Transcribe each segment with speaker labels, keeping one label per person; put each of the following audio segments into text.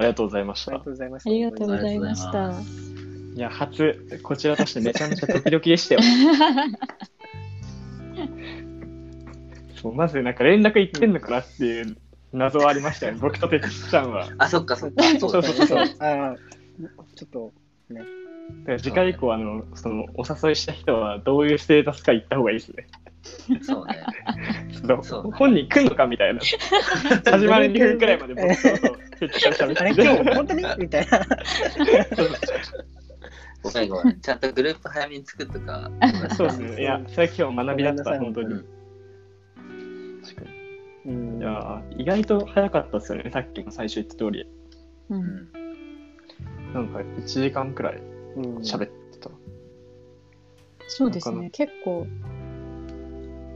Speaker 1: りがとうございまし
Speaker 2: あり
Speaker 1: た
Speaker 2: がと。うございました。
Speaker 3: ありがとうございまし
Speaker 4: ありがとうござい
Speaker 3: た。
Speaker 1: いや、初、こちらとしてめちゃめちゃドキドキでしたよ。 そうまず、なんか連絡いってんのかなっていう謎はありましたよね。僕とてつちゃんは。
Speaker 4: あ、そっかそっか。そ
Speaker 1: そう
Speaker 4: うだ
Speaker 1: そ
Speaker 4: ね
Speaker 1: うそう。だ
Speaker 2: ああ、ちょっと、
Speaker 1: から次回以降、あの、その、お誘いした人はどういうステータスか言った方がいいですね。
Speaker 4: そうね。
Speaker 1: ちょっ
Speaker 4: そう
Speaker 1: と、本人来んのかみたいな。始まる2分くらいまで僕とてつちゃん喋って
Speaker 2: あれ、今日本当にみたいな。
Speaker 4: ごめんごめん。ちゃんとグループ早めに作っとか。
Speaker 1: そうですね。いや、それ今日学びだっ
Speaker 2: ご
Speaker 1: た、
Speaker 2: めん
Speaker 1: 本当
Speaker 2: なさい
Speaker 1: に。
Speaker 2: うん
Speaker 1: いやー意外と早かったですよね、さっきの最初言った通り。
Speaker 3: う
Speaker 4: うんん。
Speaker 1: なんか1時間くらい
Speaker 2: うん
Speaker 1: 喋ってた。
Speaker 3: そうですね、結構、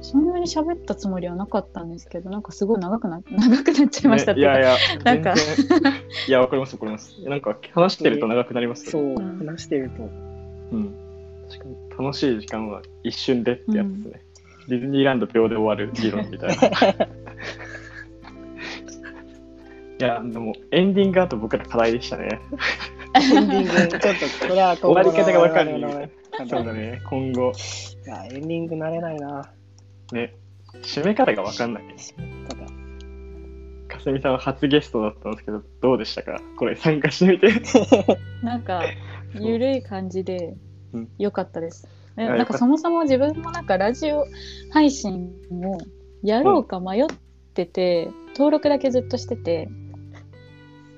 Speaker 3: そんなに喋ったつもりはなかったんですけど、なんかすごい長くな 長くなっちゃいましたっ
Speaker 1: ね
Speaker 3: て
Speaker 1: い
Speaker 3: いうか
Speaker 1: やいや、
Speaker 3: なんか
Speaker 1: 全然。 いや、わかります、わかります。なんか話してると長くなります。
Speaker 2: そうう、
Speaker 3: ん
Speaker 2: 話してると。
Speaker 1: うん。確かに楽しい時間は一瞬でってやつですね。ディズニーランド秒で終わる議論みたいな。いや、でもエンディングあと僕ら課題でしたね。
Speaker 2: エンディング、ちょっと、これは
Speaker 1: 終わり方がわかん
Speaker 2: な
Speaker 1: ないい。。そうだね、今後、
Speaker 2: いや、エンディング慣れないな。
Speaker 1: ね、締め方がわかんない。
Speaker 2: ただ、
Speaker 1: かすみさんは初ゲストだったんですけど、どうでしたかこれ参加してみて。
Speaker 3: なんか、ゆるい感じで
Speaker 1: うん
Speaker 3: 良かったです。
Speaker 1: あ
Speaker 3: え
Speaker 1: よ
Speaker 3: なん
Speaker 1: かっ
Speaker 3: か
Speaker 1: た
Speaker 3: そもそも自分もなんかラジオ配信をやろうか迷ってて、登録だけずっとしてて、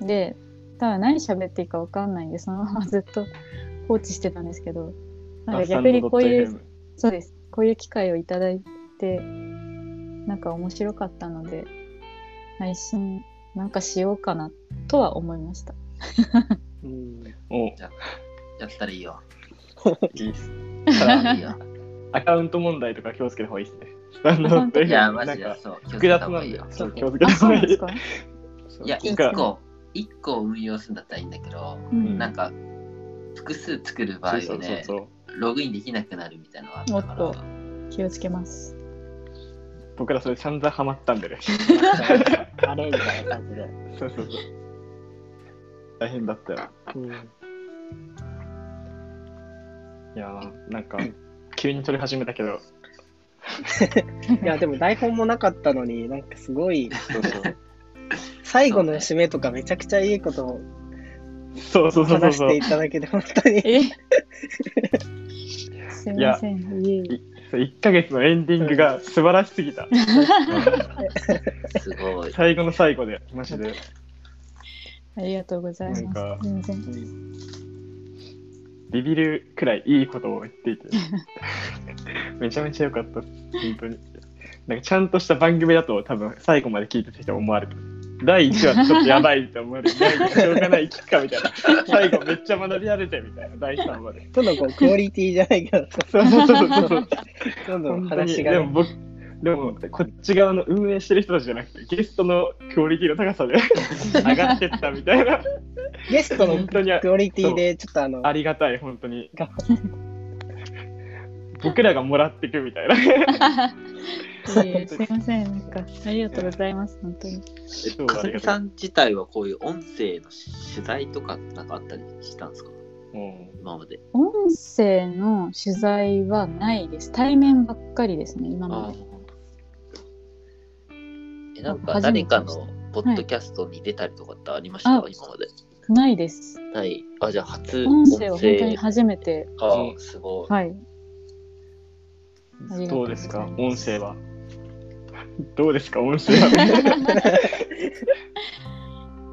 Speaker 3: で、ただ何喋っていいかわかんないんで、そのままずっと放置してたんですけど、なんか逆にこういう、そうです、こういう機会をいただいて、なんか面白かったので、配信なんかしようかなとは思いました。
Speaker 2: うん。
Speaker 1: おい
Speaker 4: やったらいいよ。
Speaker 1: いっす。
Speaker 4: た らいいよ。
Speaker 1: アカウント問題とか気をつけた方がいいですね。スタンド
Speaker 3: アカウント
Speaker 1: って
Speaker 4: いや、
Speaker 1: な
Speaker 4: マ
Speaker 1: んか
Speaker 4: ジでそう。気をつ
Speaker 1: 複
Speaker 4: けた
Speaker 1: 雑
Speaker 4: 方
Speaker 1: な
Speaker 4: がい
Speaker 1: ん
Speaker 4: い
Speaker 1: で
Speaker 4: よ、。
Speaker 1: ちょっと
Speaker 2: そう
Speaker 1: 気をつけた
Speaker 3: あ、
Speaker 1: 方
Speaker 3: そう
Speaker 1: が
Speaker 3: ないんで
Speaker 1: い
Speaker 3: す。か
Speaker 1: そう
Speaker 4: いや、
Speaker 1: なん
Speaker 4: 一
Speaker 1: か
Speaker 4: 個、一個運用するんだったらいいんだけど、
Speaker 3: うん
Speaker 4: なんか、複数作る場合
Speaker 1: そ
Speaker 4: は
Speaker 1: うそう
Speaker 4: ね、
Speaker 1: そう。
Speaker 4: ログインできなくなるみたいなのはあったか
Speaker 3: おっと
Speaker 4: ら。
Speaker 3: 気をつけます。
Speaker 1: 僕らそれ散々ハマったんでね。
Speaker 2: あれみたいな感じで。
Speaker 1: そうそうそう。大変だったよ。
Speaker 2: うん。
Speaker 1: いやー、なんか、急に撮り始めたけど、
Speaker 2: いや、でも台本もなかったのに、なんかすごい、
Speaker 1: そうそう。
Speaker 2: 最後の締めとかめちゃくちゃいいことを
Speaker 1: そうそう そう
Speaker 2: 話し
Speaker 1: そう
Speaker 2: ていただけて、本当に。
Speaker 3: えすみません。いえいえ
Speaker 1: そう。1ヶ月のエンディングが素晴らしすぎた。
Speaker 4: す ごい。
Speaker 1: 最後の最後で、マジで。
Speaker 3: ありがとうござい
Speaker 1: なんか
Speaker 3: ます。全然。
Speaker 1: ビビるくらいいいことを言って いてめちゃめちゃ良かったです本当になんかちゃんとした番組だと多分最後まで聞いてた人は思われる第1話ちょっとやばいって思われる第一話しょうがない聞くかみたいな最後めっちゃ学びられてみたいな第3話で
Speaker 2: どんどんこう、クオリティじゃないけど、
Speaker 1: そうそうそうそうそう
Speaker 2: どんどん
Speaker 1: 本当にで
Speaker 2: 話が
Speaker 1: も
Speaker 2: ね。
Speaker 1: 僕でもこっち側の運営してる人たちじゃなくてゲストのクオリティの高さで 上がってったみたいな
Speaker 2: ゲストの
Speaker 1: 本当にあ
Speaker 2: クオリティで、ちょっとあの、
Speaker 1: ありがたい本当に
Speaker 2: が
Speaker 1: 僕らがもらってくみたいな
Speaker 3: いえいえすみません。なんかありがとうございます。本当に。
Speaker 1: そう
Speaker 4: か
Speaker 1: あ
Speaker 4: す
Speaker 1: りが
Speaker 4: みさ
Speaker 1: と
Speaker 4: ん自体はこういう音声の取材とかなんかあったりしたんですか
Speaker 1: ううん
Speaker 4: 今まで。
Speaker 3: 音声の取材はないです。対面ばっかりですね。今まで。
Speaker 4: え、なんか誰かのポッドキャストに出たりとかってありました、
Speaker 3: はい
Speaker 4: 今まで。
Speaker 3: ないです。
Speaker 4: ない。あ、じゃあ初
Speaker 3: 音
Speaker 4: 音
Speaker 3: 声は本当
Speaker 4: 声
Speaker 3: に。初めて。
Speaker 4: ああ、すごい。
Speaker 3: はい。ありがとう
Speaker 1: ど
Speaker 3: ご
Speaker 1: う
Speaker 3: ざい
Speaker 1: で
Speaker 3: ます
Speaker 1: すか音声は。 どうですか音声 は。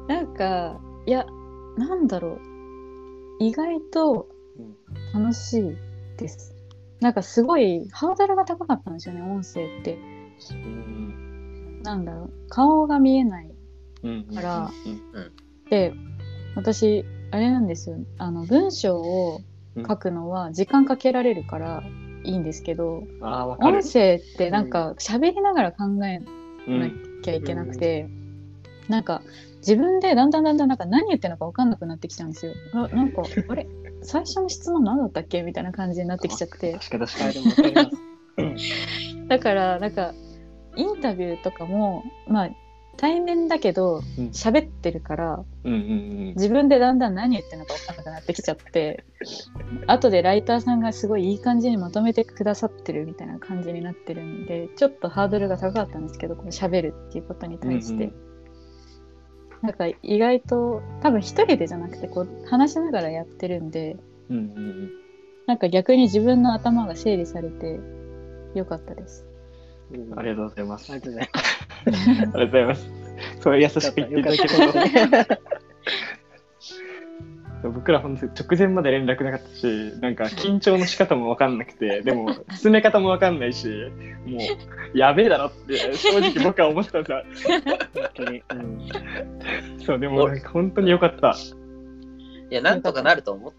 Speaker 3: なんかいやなんだろう意外と
Speaker 1: うん
Speaker 3: 楽しいです、なんかすごいハードルが高かったんですよね音声って
Speaker 1: うん
Speaker 3: なんだろう顔が見えない
Speaker 1: うんうん
Speaker 3: あら
Speaker 1: うん
Speaker 3: で私あれなんですよあの文章を書くのは時間かけられるからいいんですけど、
Speaker 1: あー、わかる
Speaker 3: 音。声ってなんか喋りながら考え
Speaker 1: う
Speaker 3: なんきゃいけなくて、なんか自分でだんだんだんだんなんか何言ってるのか分かんなくなってきちゃうんですよ。あな んかあれ最初の質問何だったっけみたいな感じになってきちゃって
Speaker 1: 確かに確か
Speaker 2: あ
Speaker 1: に。
Speaker 2: でもわかります
Speaker 3: だからなんかインタビューとかもまあ対面だけど
Speaker 1: うん
Speaker 3: 喋ってるから
Speaker 1: うんうん
Speaker 3: 自分でだんだん何言ってるのか分からなくなってきちゃって後でライターさんがすごいいい感じにまとめてくださってるみたいな感じになってるんでちょっとハードルが高かったんですけどこの喋るっていうことに
Speaker 1: うんうん
Speaker 3: 対して、なんか意外と多分一人でじゃなくてこう話しながらやってるんで
Speaker 1: うんうんうん
Speaker 3: なんか逆に自分の頭が整理されてよかったです。
Speaker 2: うん
Speaker 1: ありが とうございます。
Speaker 2: あ
Speaker 1: あ
Speaker 2: りがとうござい
Speaker 1: りがとうございます。 そう優し
Speaker 2: ます。
Speaker 1: く言っていただけ
Speaker 2: よ
Speaker 1: る
Speaker 2: かった
Speaker 1: と僕ら本当に直前まで連絡なかったし、なんか緊張の仕方も分かんなくて、でも進め方も分かんないし、もうやべえだろって正直僕は思ってたんだ。
Speaker 2: 本当に。うん
Speaker 1: そうでもなんか本当に良かった。
Speaker 4: いや、なんとかなると思っ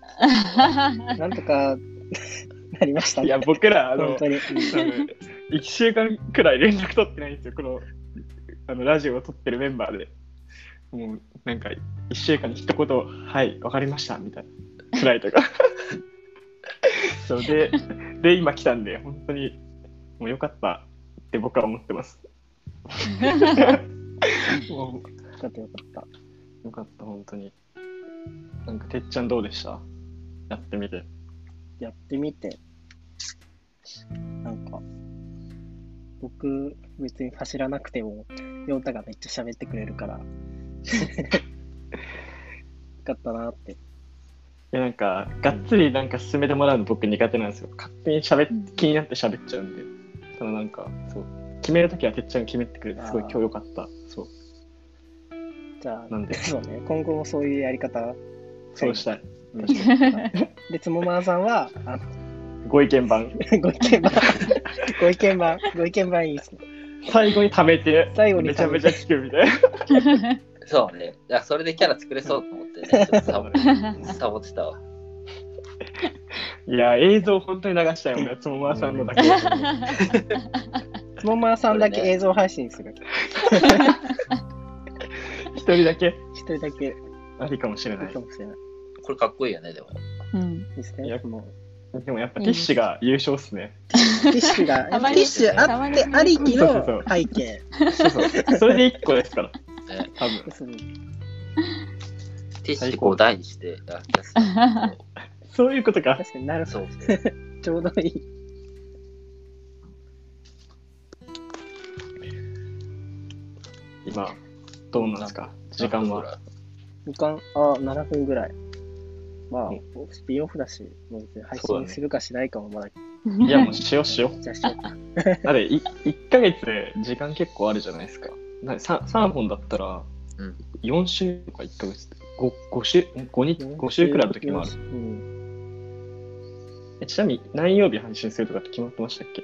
Speaker 4: た。
Speaker 2: なんとか なりました
Speaker 1: い
Speaker 2: ね
Speaker 1: や。僕らあの
Speaker 2: 本当に。うん
Speaker 1: 多分1週間くらい連絡取ってないんですよ、このあのラジオを撮ってるメンバーで。もうなんか1週間に一言、はい、わかりましたみたいなくらいとか。 そうで、で、今来たんで、本当にもう良かったって僕は思ってます。も
Speaker 2: よかったよかった。
Speaker 1: う良かった、本当に。なんか、てっちゃんどうでしたやってみて。
Speaker 2: やってみて、なんか、僕、別に走らなくても、ヨウタがめっちゃ喋ってくれ るから、よかったなって。
Speaker 1: いやなんか、がっつりなんか進めてもらうの僕苦手なんですよ。勝手に喋っ
Speaker 3: うん
Speaker 1: 気になって喋っちゃうんで。そのなんか、そう。決めるときはてっちゃんが決めてくれて、すごい
Speaker 2: あー
Speaker 1: 今日良かった。そう。
Speaker 2: じゃ
Speaker 1: なんで
Speaker 2: あ、そうね、今後もそういうやり方、
Speaker 1: そうしたい。うん
Speaker 2: で、つもまーさんは、あ
Speaker 1: ご意見番。
Speaker 2: の ご意見番、ご意見番、ご意見番いいですね。
Speaker 1: 最後に溜めて、
Speaker 2: 最後に
Speaker 1: めちゃめちゃ聞くみたいな。
Speaker 4: そうね。いや、それでキャラ作れそうと思って ね。ちょっとサボサボってたわ。
Speaker 1: いや、映像本当に流したいもんね、つもまさんのだけ。
Speaker 2: つもまーさんだけ
Speaker 4: これね
Speaker 2: 映像配信する。
Speaker 1: 一人だけ
Speaker 2: 一人だけいい
Speaker 1: ありかもしれない
Speaker 2: か。もしれない
Speaker 4: これかっこいいよね、でも。
Speaker 3: うん
Speaker 2: です
Speaker 1: い
Speaker 2: ね
Speaker 1: や。
Speaker 2: もう
Speaker 1: でもやっぱティッシュが優勝っすね。
Speaker 2: ティッシュが、テ
Speaker 3: たま
Speaker 2: ィ
Speaker 3: に
Speaker 2: ッシュ あってありき
Speaker 1: そうそう
Speaker 2: の
Speaker 1: そう
Speaker 2: 背景。
Speaker 1: そうそう。それで一個ですから。
Speaker 4: ね
Speaker 1: 多分。
Speaker 2: そう
Speaker 4: ティッシュこう台にして、あキャスターこ
Speaker 1: そういうことか。
Speaker 2: 確かにな
Speaker 4: う
Speaker 2: るほ
Speaker 4: そう。
Speaker 2: どちょうどいい。
Speaker 1: 今、どうなんですか時間は。。
Speaker 2: 時間、あ、7分ぐらい。まあ
Speaker 1: う、
Speaker 2: スピンオフだし、もう別に配
Speaker 1: そうだね
Speaker 2: 信するかしないかもまだ。
Speaker 1: いや、もうしようしよう。
Speaker 2: じゃあしようか。
Speaker 1: だってい1ヶ月で時間結構あるじゃないですか。な 3, 三本だったら
Speaker 4: うん
Speaker 1: 4週とか1ヶ月 5, 5週5日5週 くらいの時もある
Speaker 2: う。ん。
Speaker 1: えちなみに何曜日配信するとかって決まってましたっけ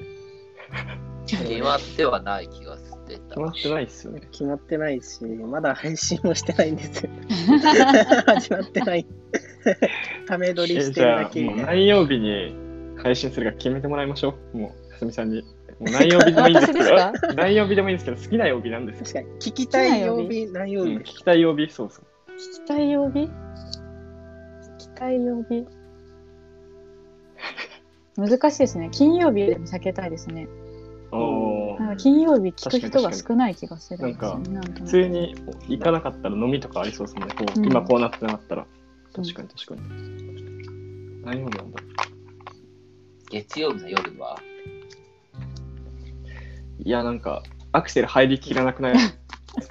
Speaker 1: 決
Speaker 4: 決まってはない気がしてた。
Speaker 1: まってないっすよね。
Speaker 2: 決まってないし、まだ配信もしてないんですよ。 始まってない。 ため撮り
Speaker 1: え
Speaker 2: し
Speaker 1: じ
Speaker 2: てる
Speaker 1: ゃ
Speaker 2: だ
Speaker 1: あ
Speaker 2: け
Speaker 1: も
Speaker 2: み
Speaker 1: う
Speaker 2: たいな。
Speaker 1: 何曜日に配信するか決めてもらいましょう。もう、かすみさんに。もう何曜日でもいいんです けど
Speaker 3: 私です、
Speaker 1: 何曜日でもいいんですけど、好きな曜日なんですよ。
Speaker 2: 確かに、聞きたい曜日、何曜
Speaker 1: うん、
Speaker 2: 日
Speaker 1: 聞
Speaker 2: です
Speaker 1: きたい曜日、そうそう。
Speaker 3: 聞きたい曜日聞きたい曜日難しいですね。金曜日でも避けたいですね。
Speaker 1: おー
Speaker 3: なんか金曜日聞く人が少ない気がするですよね。
Speaker 1: 普
Speaker 3: 普
Speaker 1: 通に行かなかったら飲みとかありそうですもんね。こう
Speaker 3: うん
Speaker 1: 今こうなってなかったら。確かに確かに。何曜日なんだ
Speaker 4: 月曜日の夜は、
Speaker 1: いや、なんか、アクセル入りきらなくない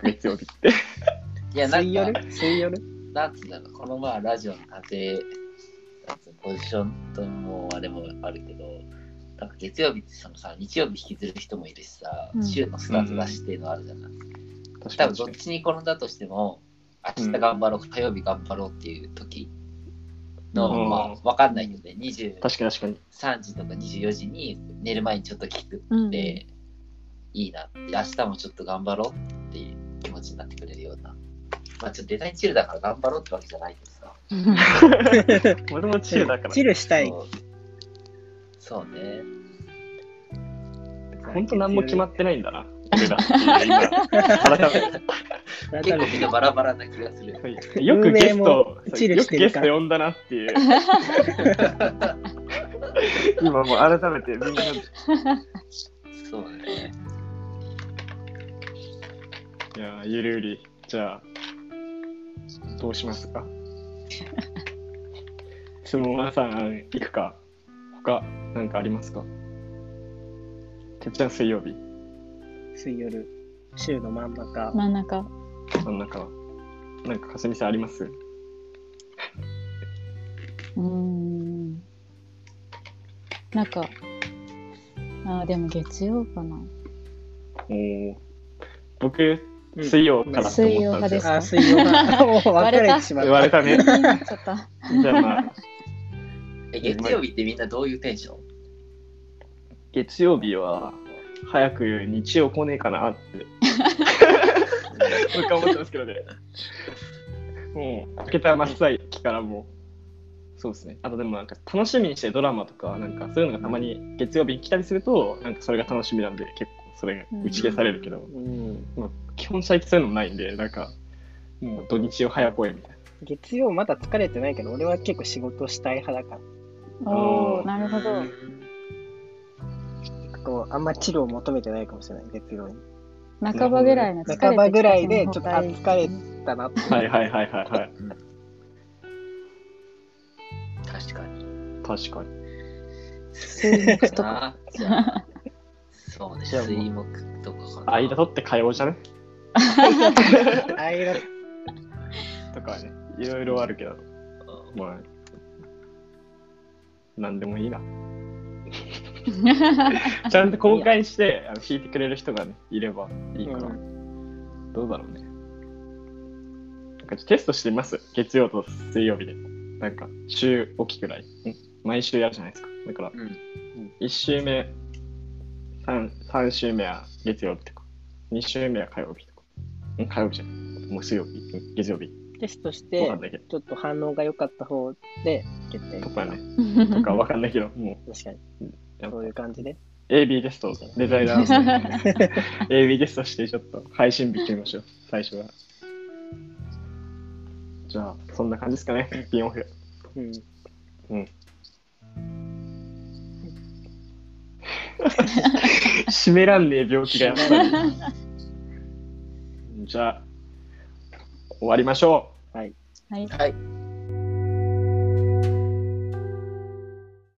Speaker 1: 月曜日って。
Speaker 4: いや、な
Speaker 2: 水
Speaker 4: んか、
Speaker 2: 夜水夜
Speaker 4: なんつうんだろう、このまあラジオの縦、なんつうのポジションともあれもあるけど、なんか月曜日ってそのさ、日曜日引きずる人もいるしさ、
Speaker 3: うん
Speaker 4: 週のスタート出しっていうのあるじゃない。
Speaker 1: 確か
Speaker 4: 多
Speaker 1: に確
Speaker 4: 分どっ
Speaker 1: かに。
Speaker 4: ちに転んだとしても、明日頑張ろう、火曜日頑張ろうっていう時の、
Speaker 1: うん
Speaker 4: まあ、わかんないので、23
Speaker 1: 確かに確かに。
Speaker 4: 時とか24時に寝る前にちょっと聞く
Speaker 3: うん
Speaker 4: って、いいなって、明日もちょっと頑張ろうっていう気持ちになってくれるような。まあ、ちょっとデザインチルだから頑張ろうってわけじゃないんですか。
Speaker 1: 俺もチルだから
Speaker 2: チ。ルしたい。
Speaker 4: そうそうね。
Speaker 1: 本当何も決まってないんだな。俺らっていう今改めて
Speaker 2: 改
Speaker 4: 結構
Speaker 2: め
Speaker 4: みん
Speaker 2: て
Speaker 4: なバラバラな気がする。
Speaker 1: はいよくゲスト
Speaker 2: 運営も、チル
Speaker 1: よ
Speaker 2: し
Speaker 1: く
Speaker 2: て
Speaker 1: ゲ
Speaker 2: る
Speaker 1: ス
Speaker 2: か
Speaker 1: ト呼んだなっていう。今もう改めてみんな
Speaker 4: そうね。
Speaker 1: いやーゆるゆりじゃあどうします か質問はさんいくか他何かありますかてっちゃん水曜日
Speaker 2: 水曜日、週の真ん中。
Speaker 3: 真ん中。
Speaker 1: 真ん中はなんかかすみさんあります
Speaker 3: うーん。なんか、あーでも月曜かな。
Speaker 1: おー僕
Speaker 2: うん
Speaker 1: 水曜からと
Speaker 3: 水曜
Speaker 1: 思ったん
Speaker 3: 派
Speaker 1: で
Speaker 3: ですす
Speaker 1: よ、
Speaker 2: あ、水曜日。 もう別れてしま
Speaker 1: 言わ
Speaker 2: っ
Speaker 1: れ
Speaker 2: た。
Speaker 1: たね
Speaker 3: 気になっちゃった。
Speaker 1: じゃあまあ
Speaker 4: え月曜日ってみんなどういうテンション
Speaker 1: 月曜日は早く日曜来ねえかなって僕は思ってますけどねもう開けた真っ最中からもうそうですねあとでもなんか楽しみにしてるドラマとかなんかそういうのがたまに月曜日に来たりするとなんかそれが楽しみなんで結構それが打ち消されるけど、
Speaker 2: うん。
Speaker 1: まあ、基本最近そういうのもないんでなんかもう土日を早く来いみたいな
Speaker 2: 月曜まだ疲れてないけど、俺は結構仕事したい派だか
Speaker 3: おお、なるほど。
Speaker 2: ら、こう、あんまチルを求めてないかもしれない、月曜に。
Speaker 3: 半ばぐらいの疲れてきた時の方が
Speaker 2: 半ばぐらいで、ちょっと、あ、疲れたな って。
Speaker 1: はいはいはいはいはい
Speaker 4: 確かに。
Speaker 1: 確かに
Speaker 3: 水木とか。
Speaker 4: あーじゃあそうね、
Speaker 1: じゃあもう
Speaker 4: 水木とかかな。
Speaker 1: 間取って会話じゃね
Speaker 2: あいら
Speaker 1: とかねいろいろあるけど
Speaker 4: うん
Speaker 1: まあ、なんでもいいな。ちゃんと公開して、あの弾いてくれる人が、ね、いればいいから、
Speaker 2: う
Speaker 1: どうだろうね。なんかテストしてみます月曜と水曜日で。なんか、週おきくらい。ん毎週やるじゃないですか。だから、
Speaker 4: うん。
Speaker 1: 1週目、3, 三週目は月曜日とか、2週目は火曜日とか。ん火曜日じゃない。もう水曜日、ん月曜日。
Speaker 2: テストし
Speaker 1: わ
Speaker 2: て
Speaker 1: かん、ないけど。
Speaker 2: ちょっと反応が良かった方で決定。
Speaker 1: とかね。とかわかんないけど、も
Speaker 2: 確かに
Speaker 1: うん。やっぱ
Speaker 2: そういう感じで。
Speaker 1: う AB テスト、デザイナー の。AB テストしてちょっと配信日決めましょう、最初は。じゃあ、そんな感じですかね、ピンオフ。
Speaker 2: うん。
Speaker 1: 締めらんねえ病気がやっぱり。じゃあ、終わりましょう。
Speaker 2: はい。
Speaker 3: はい。
Speaker 4: はい。